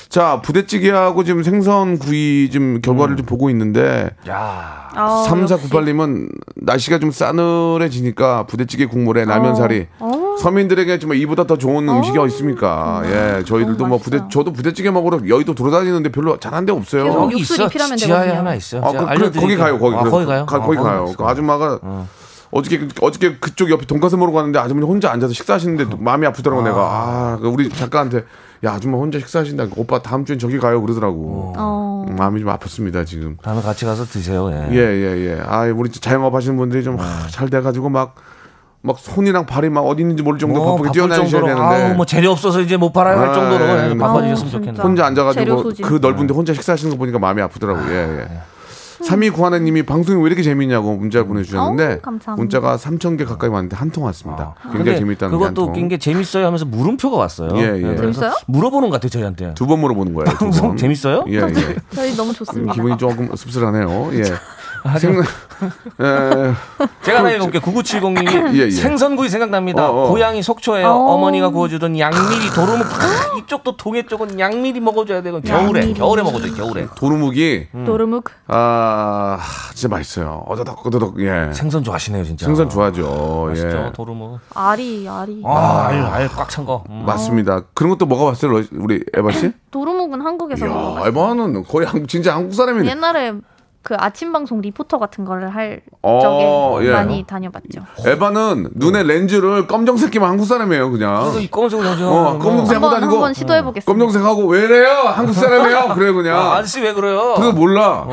자 부대찌개하고 지금 생선구이 지금 결과를
음.
좀 보고 있는데
야.
아우,
3498님은 날씨가 좀 싸늘해지니까 부대찌개 국물에 라면사리
어우.
서민들에게 정말 이보다 더 좋은 음식이 어디 있습니까?
아,
예, 저희들도 뭐 부대 저도 부대찌개 먹으러 여의도 돌아다니는데 별로 잘한 데 없어요.
거기
육수
있어.
리필하면
지하에
되거든요.
하나 있어요.
아,
제가
그, 그, 거기
알려드릴게요.
가요. 거기
아,
그래서
거기 가요.
가, 거기
아,
가요. 그
있어.
아줌마가 어저께 어저께 그쪽 옆에 돈가스 먹으러 갔는데 아주머니 혼자 앉아서 식사하시는데 또 마음이 아프더라고 내가 아 그 우리 작가한테 야 아줌마 혼자 식사하신다 오빠 다음 주엔 저기 가요 그러더라고
어.
음, 마음이 좀 아팠습니다 지금
다음에 같이 가서 드세요. 예. 음.
예, 예, 예. 아, 우리 자영업 하시는 분들이 좀 잘 돼가지고 막, 막 손이랑 발이 막 어디 있는지 모를 정도로
뭐
바쁘게
바쁠
뛰어다니셔야
정도로, 아우,
되는데.
뭐 재료 없어서 이제 못 팔아요 할
아,
정도로
예,
예, 바빠지셨으면
아우,
좋겠네요.
혼자 앉아가지고
재료 소진.
그
네.
넓은데 혼자 식사하시는 거 보니까 마음이 아프더라고요. 예, 예. 3291님이 방송이 왜 이렇게 재밌냐고
음.
문자를 보내주셨는데
어우, 감사합니다.
문자가 3,000개 가까이 왔는데 한 통 왔습니다.
아. 근데
굉장히 재밌다는 게한
그것도 웃긴
통.
게 재밌어요 하면서 물음표가 왔어요.
예, 예.
그래서
재밌어요?
물어보는 것 같아요 저희한테.
두 번 물어보는 거예요. 두
방송
번.
재밌어요?
예, 예.
저희 너무
음,
좋습니다.
기분이 조금 씁쓸하네요. 예. 생... 예.
제가 하나 읽어볼게요. 9970님이
예, 예.
생선구이 생각납니다.
어, 어.
고향이 속초예요.
어.
어머니가 구워주던 양미리 도루묵. 아, 이쪽도 동해 쪽은 양미리 먹어줘야 되고 겨울에
양미리.
겨울에 먹어줘요. 겨울에.
도루묵이
도르묵.
아 진짜 맛있어요. 어더덕 어더덕 예.
생선 좋아하시네요 진짜.
생선 좋아하죠. 예.
맛있죠 도루묵.
알이 알이.
아,
어?
아알알꽉찬 거. 음.
예. 맞습니다. 그런 것도 먹어봤어요, 러- 우리 에바 씨?
도르묵은 한국에서
야,
먹어요.
에바는 거의 한, 진짜 한국 사람이네.
옛날에 그 아침 방송 리포터 같은 거를 할
어,
적에
예.
많이 다녀봤죠.
에바는 눈에 렌즈를 검정색끼만 한국 사람이에요,
그래서
그냥.
이 검은색 뭐 정정.
어, 검정색 하고
한번
다니고.
한번 시도해 보겠습니다.
검정색하고 왜래요? 한국 사람이에요? 그래 그냥.
아, 아저씨 왜 그래요?
그래도 몰라.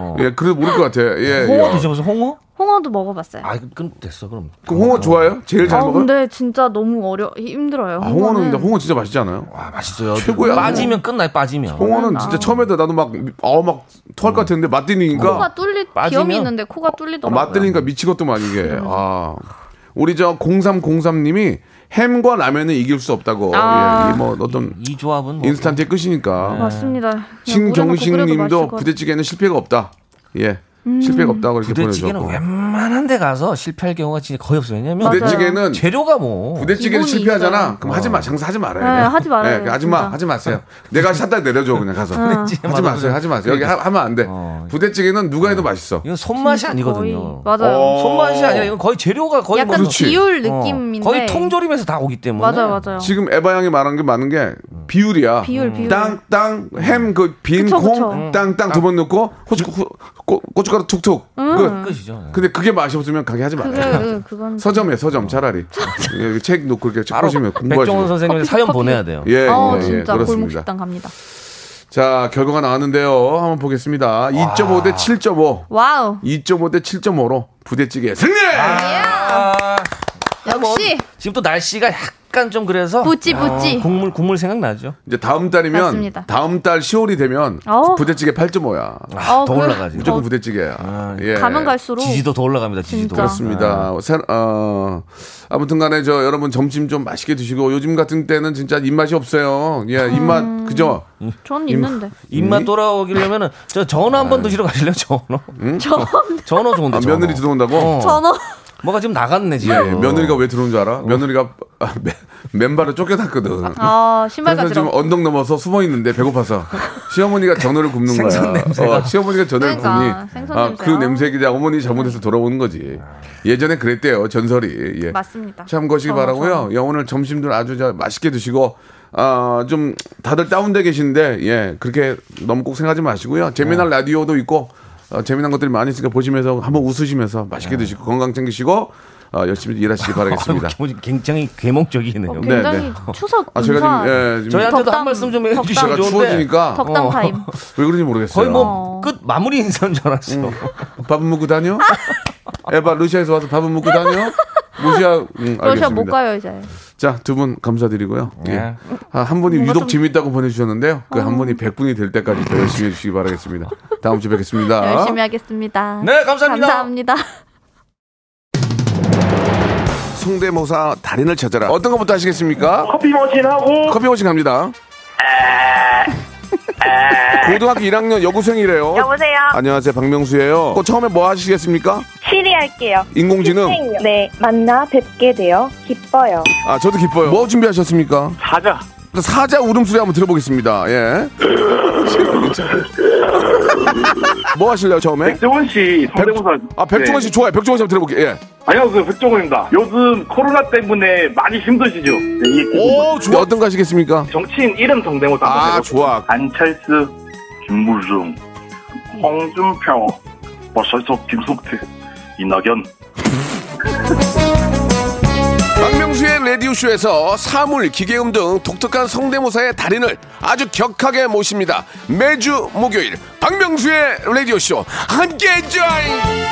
어.
예, 그래도 모를 것 같아. 예.
홍어
예.
드셔보세요. 홍어?
홍어도 먹어봤어요.
아 그럼 됐어 그럼.
그 홍어 좋아요? 제일 잘
아,
먹어요?
근데 진짜 너무 어려 힘들어요.
아, 홍어는 근데 홍어 진짜 맛있지 않아요?
아 맛있어요.
최고야.
빠지면 끝나요 빠지면.
아,
홍어는 진짜 처음에도 나도 막, 아우, 막 토할 것 같았는데 맛
코가
뛰니까.
뚫리
빠지면-
비염이 있는데 코가
아,
뚫리더라고요. 음.
맛 들리니까 미치겠더만 이게. 아. 우리 저 0303님이 햄과 라면은 이길 수 없다고.
아. 네.
예, 이뭐 어떤
이 조합은 뭐
인스턴트의 끝이니까. 음.
맞습니다. 그냥
신경식
물에만 고구려도
님도
마시고.
부대찌개는 실패가 없다. 예.
음.
실패가 없다고 이렇게
부대찌개는
보내주셨고.
웬만한 데 가서 실패할 경우가 진짜 거의 없어요. 왜냐면
부대찌개는
재료가 뭐
부대찌개는
기본이
실패하잖아.
있어요.
그럼 하지 마. 장사하지 말아요.
네,
그냥.
하지 말아요,
예, 하지 마.
진짜.
하지 마세요. 내가 샷다 내려줘 그냥 가서.
어.
네,
하지 마세요. 하지 마세요. 여기 하, 하면 안 돼.
어.
부대찌개는 누가 해도 맛있어.
이건 손맛이 아니거든요.
거의. 맞아요.
어.
손맛이 아니라 이건 거의 재료가 거의
약간
뭐-
비율
어,
느낌인데.
거의 통조림에서 다 오기 때문에
맞아요, 맞아요.
지금 에바 양이 말한 게 많은 게 비율이야.
음.
비율, 비율.
땅땅 햄 그 빈
음. 그쵸, 그쵸.
콩
음.
땅땅 두 번 넣고 고추 고- 고- 고춧가루 툭툭.
음.
끝.
끝이죠.
근데 그게 맛이 없으면 가게 하지
그게 음.
말아요.
응, 그건
서점에 서점 차라리 예, 책 놓고 이렇게 책
바로
보시면
백종원
공부하시면
선생님
커피,
사연
커피.
보내야 돼요.
예, 예,
어,
예,
진짜 골목
그렇습니다.
식당 갑니다.
자 결과가 나왔는데요. 한번 보겠습니다. 2.5 대 7.5,
와우.
2.5 대 7.5로 부대찌개 승리.
아,
역시
지금 또 날씨가 약간 좀 그래서
부찌, 부찌.
아, 국물 국물 생각나죠.
이제 다음 달이면
맞습니다.
다음 달 10월이 되면
어.
부대찌개 8.5야.
아,
어,
더
그-
올라가죠.
무조건 부대찌개야. 예.
가면 갈수록
지지도 더 올라갑니다. 지지도.
진짜.
그렇습니다. 새- 어, 아무튼간에 저 여러분 점심 좀 맛있게 드시고 요즘 같은 때는 진짜 입맛이 없어요. 예, 입맛 그죠?
전 있는데.
음.
입맛 돌아오기려면은 저 전어 한번 드시러 가실래요? 전어.
전
전어 좋은데.
음? 아,
전어.
며느리 들어온다고?
어.
전어.
뭐가 지금 나갔네
예,
지금.
예. 며느리가 왜 들어온 줄 알아? 며느리가 아, 맨- 맨발을 쫓겨났거든.
아, 신발
그래서 지금
가지러.
언덕 넘어서 숨어 있는데 배고파서 시어머니가 전어를 굽는 거야.
생선 냄새가.
어, 시어머니가 전어를
그러니까,
굽니.
생선
아,
냄새요.
그 냄새에 그냥 어머니 잘못해서 돌아오는 거지. 예전에 그랬대요 전설이. 예.
맞습니다.
참고하시기
전어,
바라고요. 예, 오늘 점심들 아주 잘 맛있게 드시고 아, 좀 다들 다운돼 계시는데 예, 그렇게 너무 꼭 생각하지 마시고요. 재미난
네.
라디오도 있고 어, 재미난 것들이 많이 있으니까 보시면서 한번 웃으시면서 맛있게 드시고 건강 챙기시고 어, 열심히 일하시기 바라겠습니다.
네. 아이고, 기분이 굉장히 괴몽적이네요.
전어.
음.
네,
굉장히
네.
추석
아, 제가
인사
지금 예, 지금
저희한테도
덕담,
한 말씀 좀
덕담.
해주시면
제가
좋은데
추워지니까
덕담
어.
타임.
왜 그런지 모르겠어요.
거의 뭐 끝 마무리 인사인
음,
줄 알았어.
밥은 먹고 다녀? 에바 루시아에서 와서 밥은 먹고 다녀? 루시아 음,
러시아
알겠습니다.
못 가요 이제.
자, 두 분 감사드리고요.
예.
예. 아, 한 분이
뭔가
유독
좀-
재밌다고 보내주셨는데요. 그 한 분이 100분이 될 때까지 더 열심히 해주시기 바라겠습니다. 다음 주에 뵙겠습니다.
열심히 하겠습니다.
네, 감사합니다.
감사합니다.
송대모사 달인을 찾아라. 어떤 것부터 하시겠습니까?
커피 머신하고
커피 오신 갑니다. 고등학교 1학년 여고생이래요.
여보세요.
안녕하세요, 박명수예요. 그 처음에 뭐 하시겠습니까?
시리 할게요.
인공지능.
선생님. 네, 만나 뵙게 되어 기뻐요.
아, 저도 기뻐요. 뭐 준비하셨습니까?
사자.
사자 울음소리 한번 들어보겠습니다. 예. 뭐 하실래요 처음에?
백종원 씨 성대모사. 네.
아 백종원 씨 좋아요. 백종원 씨 한번 들어볼게요. 예.
안녕하세요 백종원입니다. 요즘 코로나 때문에 많이 힘드시죠? 네, 이
오 좋아. 어떤 가시겠습니까?
정치인 이름 성대모사 한번
아
해볼게요.
좋아.
안철수, 김무중, 홍준표, 뭐 버설석, 김성태, 이낙연.
박명수의 라디오 쇼에서 사물, 기계음 등 독특한 성대모사의 달인을 아주 격하게 모십니다. 매주 목요일 박명수의 라디오 쇼 함께 join.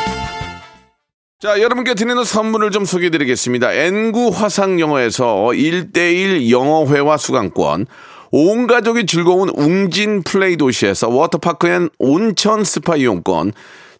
자, 여러분께 드리는 선물을 좀 소개해 드리겠습니다. N구 화상 영어에서 1대1 영어회화 수강권, 온 가족이 즐거운 웅진 플레이 도시에서 워터파크 앤 온천 스파 이용권,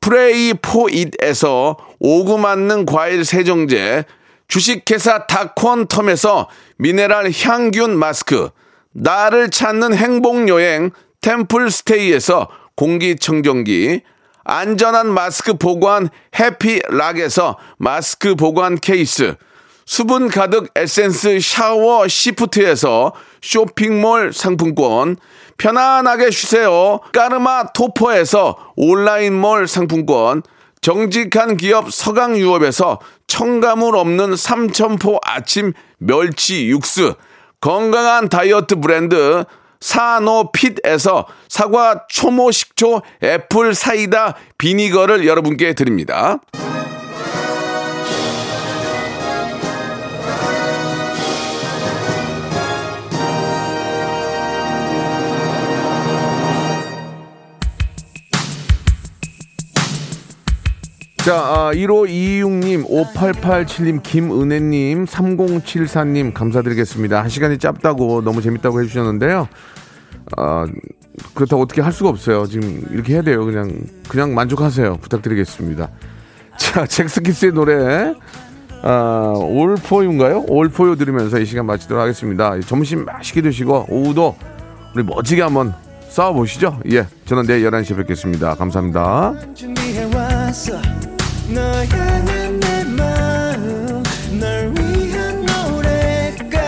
프레이 포잇에서 오구 맞는 과일 세정제, 주식회사 다콘텀에서 미네랄 향균 마스크, 나를 찾는 행복여행 템플스테이에서 공기청정기, 안전한 마스크 보관 해피락에서 마스크 보관 케이스, 수분 가득 에센스 샤워 시프트에서 쇼핑몰 상품권, 편안하게 쉬세요. 까르마 토퍼에서 온라인몰 상품권, 정직한 기업 서강유업에서 첨가물 없는 삼천포 아침 멸치 육수, 건강한 다이어트 브랜드 사노핏에서 사과 초모 식초 애플 사이다 비니거를 여러분께 드립니다. 자, 아, 1526님, 5887님, 김은혜님, 3074님, 감사드리겠습니다. 한 시간이 짧다고 너무 재밌다고 해주셨는데요. 아, 그렇다고 어떻게 할 수가 없어요. 지금 이렇게 해야 돼요. 그냥, 그냥 만족하세요. 부탁드리겠습니다. 자, 잭스키스의 노래, 아, 올포유인가요? 올포유 들으면서 이 시간 마치도록 하겠습니다. 점심 맛있게 드시고, 오후도 우리 멋지게 한번 싸워보시죠. 예, 저는 내일 11시에 뵙겠습니다. 감사합니다.
준비해왔어 너의 내 마음 널 위한 노래까지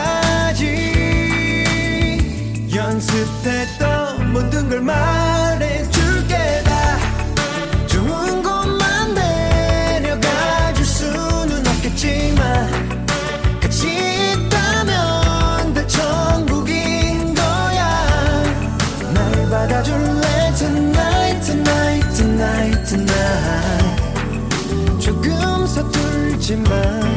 연습했던 모든 걸 말해줄게 다 좋은 곳만 데려가줄 수는 없겠지만 같이 있다면 다 천국인 거야 날 받아줄래 tonight tonight tonight tonight 조금 서툴지만